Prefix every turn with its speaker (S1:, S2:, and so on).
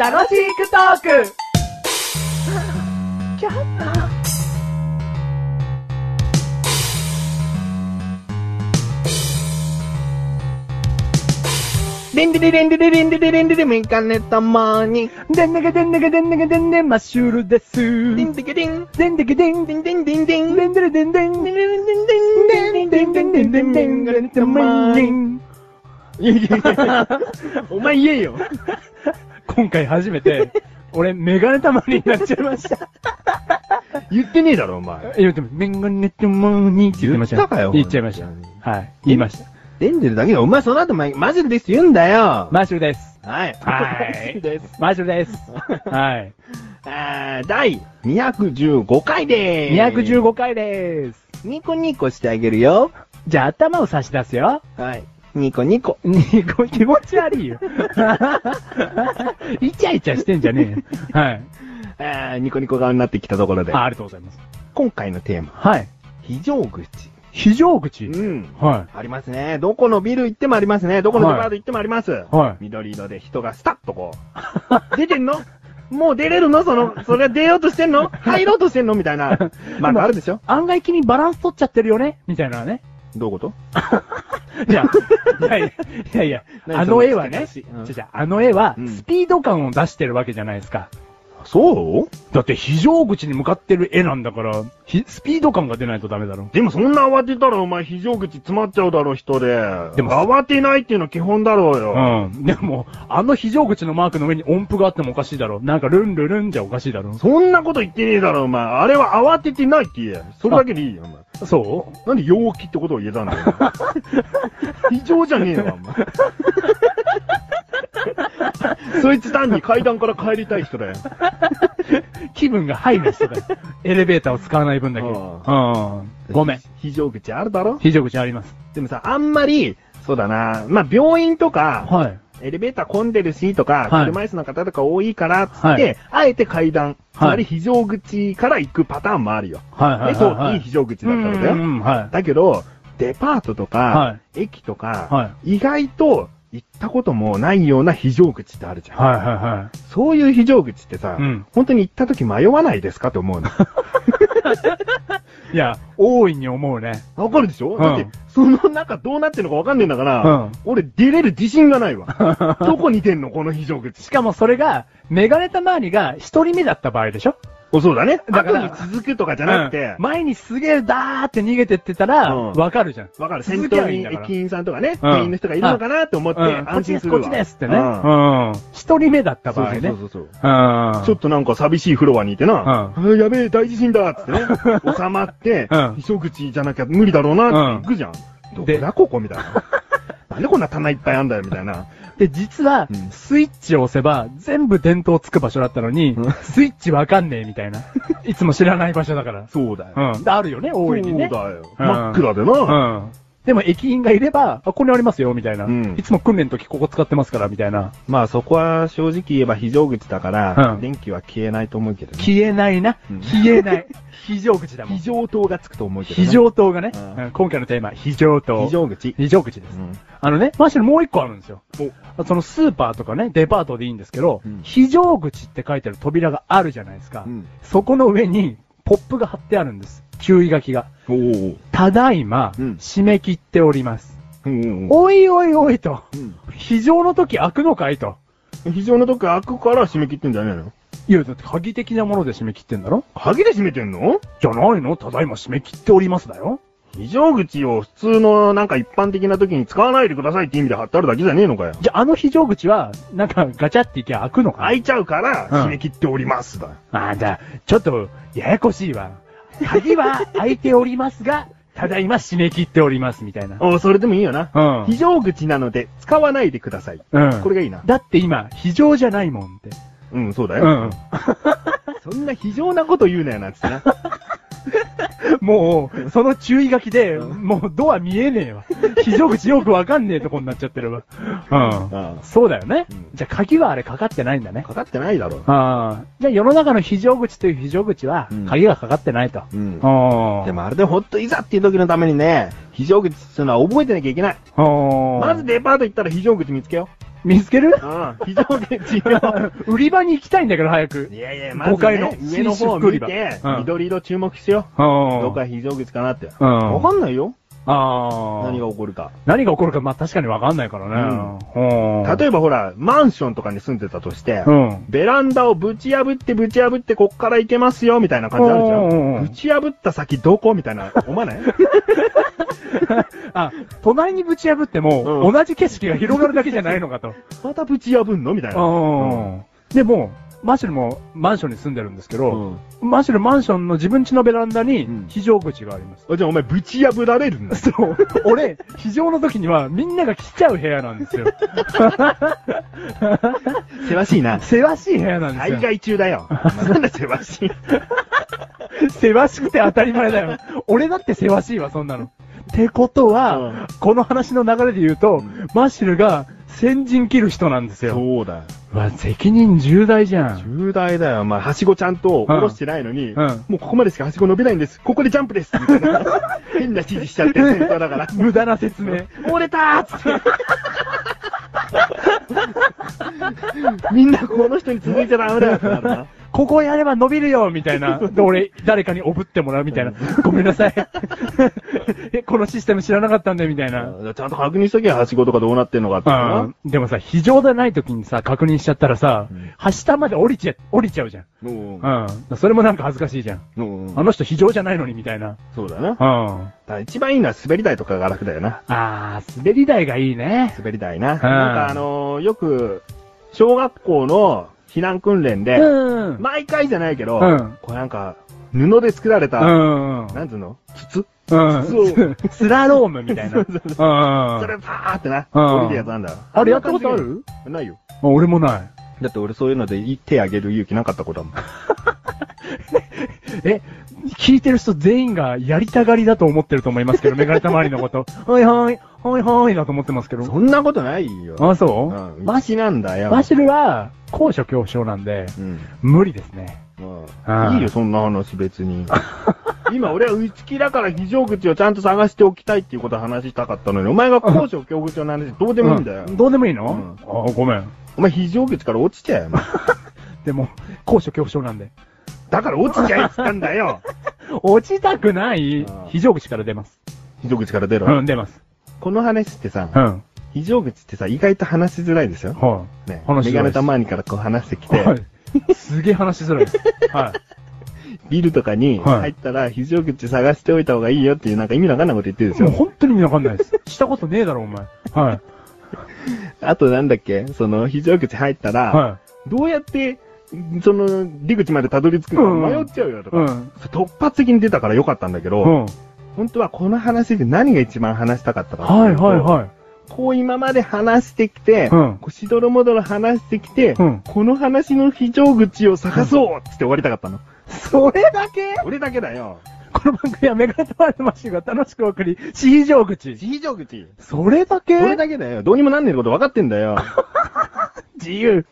S1: 楽しくトーク
S2: レンデレレンデレレンデレレンデレメガネたまに。
S1: でんねげでんねげでんねげでんねマッシュルです。
S2: デ
S1: で
S2: ィン
S1: ん
S2: デケディン。
S1: でんでげでんで
S2: ディンディンディンディン。
S1: んでれでんでんでん
S2: ディンディ
S1: でん
S2: ンデ
S1: でんでんでんでんでんでんでん
S3: お前言えよ。今回初めて、俺、メガネたまりになっちゃいました。
S4: 言ってねえだろ、お前。
S3: いや、でも、メガネたまにって言ってましたよ
S4: 言ったかよ
S3: 言っちゃいました。はい。言いました。
S4: レンデルだけで、お前その後、お前マジです言うんだよ。
S3: マッシュルです。
S4: はい。
S3: はい
S4: です。
S3: マッシュルです。はい。
S4: あー第215回でーす。
S3: 215回です。
S4: ニコニコしてあげるよ。
S3: じゃあ、頭を差し出すよ。
S4: はい。ニコニコ。
S3: にこ気持ち悪 いよ。イチャイチャしてんじゃねえよ。はい。
S4: あーニコニコ顔になってきたところで。
S3: あありがとうございます。
S4: 今回のテーマ、
S3: はい。
S4: 非常口。
S3: 非常口。
S4: ん。
S3: は
S4: ありますね。どこのビル行ってもありますね。どこのデパート行ってもあります。
S3: い。はい。
S4: 緑色で人がスタッとこう。出てんのもう出れるのその、それ出ようとしてんの入ろうとしてんのみた いな。まあ、あるでしょ
S3: 案外君バランス取っちゃってるよねみたいなね。
S4: どういうこと
S3: じゃあ、 いやいやいやいや、
S4: 何
S3: あの絵はね、
S4: そ
S3: じ
S4: の付け足しうん
S3: ゃじゃあの絵は
S4: うん
S3: スピード感を出してるわけじゃないですか。
S4: そう
S3: だって非常口に向かってる絵なんだから、ひスピード感が出ないとダメだろ。
S4: でもそんな慌てたらお前非常口詰まっちゃうだろ、人で。
S3: でも
S4: 慌てないっていうの基本だろうよ。
S3: うん。でも、あの非常口のマークの上に音符があってもおかしいだろ。なんかルンルルンじゃおかしいだろ。
S4: そんなこと言ってねえだろ、お前。あれは慌ててないって言え。それだけでいいよ、お前。
S3: そ
S4: なんで陽気ってことを言えた んだよ。異常じゃねえわ、お前。そいつ単に階段から帰りたい人だよ。
S3: う気分がハイな人だよ。 エレベーターを使わない分だけ。うん。ごめん。。
S4: 非常口あるだろ
S3: 非常口あります。
S4: でもさ、あんまり、そうだな、まあ、病院とか、
S3: はい。
S4: エレベーター混んでるしとか、
S3: はい
S4: 車椅子の方とか多いからっつって、
S3: はい
S4: あえて階段、つ
S3: はい
S4: まり非常口から行くパターンもあるよ。
S3: はいはい
S4: 結
S3: は
S4: 構、
S3: い、はい
S4: い
S3: い。
S4: 非常口だったのだ
S3: うんう
S4: よ。
S3: んうん、は
S4: だけど、デパートとか、
S3: は
S4: 駅とか
S3: い。、はい。
S4: 意外と行ったこともないような非常口ってあるじゃん。
S3: はいはいは
S4: そういう非常口ってさ、
S3: うん
S4: 本当に行った時迷わないですか と思うの。
S3: い。いや、大いに思う ね。
S4: わかるでしょ、
S3: うん
S4: だって、その中どうなってるのかわかんねえんだから、
S3: うん
S4: 俺出れる自信がな いわ。どこに出んのこの非常口。
S3: しかもそれが、メガネたまわりが一人目だった場合でしょ
S4: おそうだね。
S3: だ
S4: だ
S3: か
S4: からら、後に続くとかじゃなくて、
S3: うん前にすげえだーって逃げてってたら、
S4: うん
S3: わかるじゃん。
S4: わかる。
S3: 続
S4: 先
S3: き
S4: 頭
S3: ゃいいん
S4: に
S3: だから
S4: 駅員さんとか
S3: う
S4: ね、
S3: ん
S4: 店員の人がいるのかなと思って
S3: うん、こっ
S4: 安
S3: ちです、
S4: 心
S3: こ
S4: す
S3: っ
S4: るわ。
S3: ちですってね。
S4: う
S3: うんん。一人目だった
S4: そ
S3: 場合
S4: う
S3: ね。
S4: そううそうそう。
S3: ん。
S4: ちょっとなんか寂しいフロアにいてな、
S3: う
S4: あやべえ、大地震だっつっ てね、収まって、
S3: うん
S4: 非常口じゃなきゃ無理だろうなって行くじゃん。どこ
S3: で
S4: だここみた いな。なんでこんな棚いっぱいあんだよみたいな。
S3: で、実は、
S4: うん
S3: スイッチを押せば、全部電灯つく場所だったのに、
S4: うん
S3: スイッチわかんねえみたいな。いつも知らない場所だから。
S4: そうだよ。
S3: うん。 であるよね、大いにね。
S4: そうだよ。
S3: うん
S4: 真っ暗で
S3: う
S4: な。
S3: ん。でも駅員がいれば、あ、ここにありますよ、みたいな。
S4: うん
S3: いつも訓練の時ここ使ってますから、みたいな。
S4: まあそこは正直言えば非常口だか
S3: う
S4: ら
S3: ん、
S4: 電気は消えないと思うけどね。
S3: 消えないな。
S4: うん
S3: 消えない。非常口だもん
S4: 非。常灯がつくと思うけどね。
S3: 非常灯がね、
S4: うん
S3: うん今回のテーマ、非常灯。
S4: 非常口。
S3: 非常口です。
S4: うん
S3: あのね、マシュルもう一個あるんですよ。そのスーパーとかね、デパートでいいんですけど、
S4: うん
S3: 非常口って書いてある扉があるじゃないですか。
S4: うん
S3: そこの上に、ポップが貼ってあるんです。注意書きが。
S4: おー
S3: ただいま、
S4: うん
S3: 締め切っております。
S4: おーお
S3: おいおいおいと、
S4: ー
S3: 非常の時開くのかいと。
S4: 非常のとこ開くから締め切ってんじゃないの
S3: いや、だって鍵的なもので締め切ってんだろ
S4: 鍵で閉めてんの
S3: じゃないのただいま締め切っておりますだよ。
S4: 非常口を普通のなんか一般的な時に使わないでくださいって意味で貼ってあるだけじゃねえのかよ。
S3: じゃあ、あの非常口は、なんかガチャっていけば開くのかな
S4: 開いちゃうから
S3: うん
S4: 締め切っておりますだ。
S3: あんた、ちょっと、ややこしいわ。鍵は開いておりますが、ただいま締め切っております、みたいな。
S4: おうそれでもいいよな。
S3: うん。
S4: 非常口なので使わないでください。
S3: うん。
S4: これがいいな。
S3: だって今、非常じゃないもんって。
S4: うん、そうだ
S3: う
S4: よ。
S3: ん。
S4: そんな非常なこと言うなよな、つってな。
S3: もう、その注意書きで、もうドア見えねえわ。非常口よくわかんねえとこになっちゃってるわ。うん。
S4: あ
S3: そうだよね
S4: うん。
S3: じゃあ鍵はあれかかってないんだね
S4: あ。かかってないだろ。
S3: ああ。じゃあ世の中の非常口という非常口は
S4: うん、
S3: 鍵がかかってないと。
S4: うん
S3: ああ。
S4: でもあれでほんといざっていう時のためにね、非常口っていうのは覚えてなきゃいけない。
S3: ああ。
S4: まずデパート行ったら非常口見つけよう。
S3: 見つける
S4: うん。非常口よ。
S3: 売り場に行きたいんだけど、早く。
S4: いやいや、まず、ね、
S3: 5階の
S4: 上の方を
S3: 新、
S4: 見て
S3: 宿売り場うん
S4: 緑色注目しよ
S3: う
S4: う。ど
S3: ん
S4: こ。が非常口かなって。
S3: うん
S4: わかんないよ。
S3: ああ。
S4: 何が起こるか。
S3: 何が起こるか、まあ確かにわかんないからね。うん。
S4: 例えばほら、マンションとかに住んでたとして、
S3: うん。
S4: ベランダをぶち破ってぶち破ってこっから行けますよみたいな感じあるじゃ
S3: うんうんうん
S4: ん。ぶち破った先どこみたいな、思わない
S3: あ、隣にぶち破っても、
S4: うん
S3: 同じ景色が広がるだけじゃないの かと。
S4: またぶち破んのみたいな。
S3: うん。でも、マッシュルもマンションに住んでるんですけど、
S4: ん
S3: マッシュルマンションの自分家のベランダに
S4: うん
S3: 非常口があり ます。
S4: あじゃあお前ぶち破られるんだ。
S3: そう。俺、非常の時にはみんなが来ちゃう部屋なん ですよ。
S4: せわしいな。
S3: せわしい部屋なんです
S4: 大
S3: よ。
S4: 会中だよ。なんだせわしい。
S3: せわしくて当たり前だよ。俺だってせわしいわ、そんなの。ってことは、
S4: うん
S3: この話の流れで言うと、マッシュルが先陣切る人なんですよ。
S4: そうだよ。
S3: うわ、責任重大じゃん。
S4: 重大だよ。まあ、はしごちゃんと下ろしてないのに、
S3: うんうん
S4: もうここまでしかはしご伸びないんです。ここでジャンプです。みた いな変な指示しちゃって、先頭だから。
S3: 無駄な説明。
S4: 折れたーっつって。みんなこの人に続いちゃダメだよってなるな。
S3: ここやれば伸びるよみたい な。で、俺、誰かにおぶってもらうみたいな。ごめんなさい。 え、このシステム知らなかったんで、みたいな。
S4: ちゃんと確認しときゃ、はしごとかどうなってんのかって
S3: う。
S4: なん
S3: でもさ、非常でない時にさ、確認しちゃったらさ
S4: うん、
S3: 下まで降りちゃ、降りちゃうじゃん。
S4: うん
S3: うん。それもなんか恥ずかしいじゃん。
S4: うん
S3: あの人非常じゃないのに、みたいな。
S4: そうだな。だか
S3: うん。
S4: ら一番いいのは滑り台とかが楽だよな。
S3: あー、滑り台がいいね。
S4: 滑り台な。なんかあのーよく、小学校の避難訓練で、
S3: うん。
S4: 毎回じゃないけど、
S3: うん
S4: これなんか、布で作られた、
S3: うん。
S4: なんつうの筒
S3: うん。 スラロームみ たいな。
S4: そ
S3: うん。
S4: れパーってな、
S3: うん
S4: 降りるやつなんだ。
S3: あれやったことある
S4: ないよ。
S3: あ俺もない。
S4: だって俺そういうのでい手あげる勇気なかったことだもん。
S3: え、聞いてる人全員がやりたがりだと思ってると思います けど、メガネたまわりのこと。はいはい、はいはいだと思ってますけど。
S4: そんなことないよ。
S3: あ、そうう、
S4: ん。
S3: マ
S4: マ
S3: シ
S4: シなんだよ。
S3: マシルは、高所恐怖症なんで、
S4: うん。
S3: 無理ですね。
S4: ま
S3: う
S4: あ
S3: ん
S4: いいよ、そんな話別に。 今俺は内気だから非常口をちゃんと探しておきたいっていうことを話したかったのに、お前が高所恐怖症の話どうでもいいんだよ。
S3: どうでもいいの、あごめん。
S4: お前非常口から落ちちゃえよ。お前
S3: でも、高所恐怖症なんで。
S4: だから落ちちゃえって言ったんだ よ。
S3: 落ちたくない
S4: うん、
S3: 非常口から出ます。
S4: 非常口から出ろ。
S3: うん、出ます。
S4: この話ってさ、
S3: うん。
S4: 非常口ってさ、意外と話しづらいですよ。
S3: は
S4: ね。
S3: 話しづらいです
S4: メガネたまにからこう話してき
S3: い。
S4: て、
S3: はい。すげえ話しづら いです。はい。
S4: ビルとかに
S3: はい
S4: 入ったら、非常口探しておいた方がいいよっていうなんか意味わかんないこと言ってるでし
S3: もう
S4: ょ。
S3: 本当に意味わかんないです。したことねえだろ、お前。はい。
S4: あとなんだっけその、非常口入ったら、
S3: は
S4: どうやって、その、出口までたどり着く
S3: うん
S4: のか迷っちゃうよと
S3: い。う
S4: か。
S3: ん。
S4: 突発的に出たからよかったんだけ
S3: う
S4: ど、
S3: ん。
S4: 本当はこの話で何が一番話したかったかって
S3: はい、
S4: うと
S3: はい、はい。
S4: こう今まで話してきて、
S3: うん
S4: こうしどろもどろ話してきて、
S3: うん
S4: この話の非常口を探そうっつって終わりたかったの。
S3: それだけ
S4: 俺だけだよ。
S3: この番組はメガネとマルマシュが楽しくお送り、非常口。
S4: 非常口。
S3: それだけ
S4: 俺だけだよ。どうにもなんねえこと分かってんだよ。
S3: 自由。